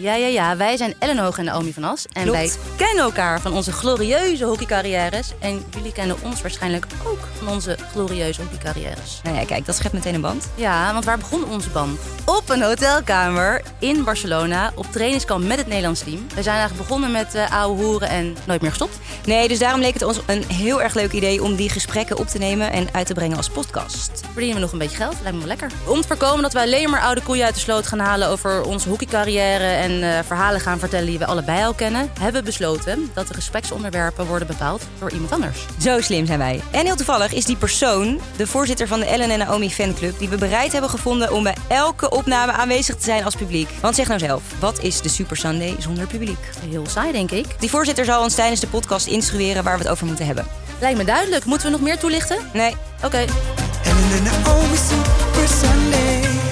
Ja, ja, ja. Wij zijn Ellen Hoog en Naomi van As. En Klopt. wij kennen elkaar van onze glorieuze hockeycarrières. En jullie kennen ons waarschijnlijk ook van onze glorieuze hockeycarrières. Nou ja, kijk, dat schept meteen een band. Ja, want waar begon onze band? Op een hotelkamer in Barcelona op trainingskamp met het Nederlands team. We zijn eigenlijk begonnen met eh ouwe hoeren en nooit meer gestopt. Nee, dus daarom leek het ons een heel erg leuk idee om die gesprekken op te nemen en uit te brengen als podcast. Verdienen we nog een beetje geld? Lijkt me wel lekker. Om te voorkomen dat wij alleen maar oude koeien uit de sloot gaan halen over onze hockeycarrière en eh, verhalen gaan vertellen die we allebei al kennen, hebben we besloten dat de gespreksonderwerpen worden bepaald door iemand anders. Zo slim zijn wij. En heel toevallig is die persoon de voorzitter van de Ellen en Naomi fanclub... die we bereid hebben gevonden om bij elke opname aanwezig te zijn als publiek. Want zeg nou zelf, wat is de Super Sunday zonder publiek? Heel saai, denk ik. Die voorzitter zal ons tijdens de podcast instrueren waar we het over moeten hebben. Lijkt me duidelijk. Moeten we nog meer toelichten? Nee, Oké. Ellen and Naomi Super Sunday.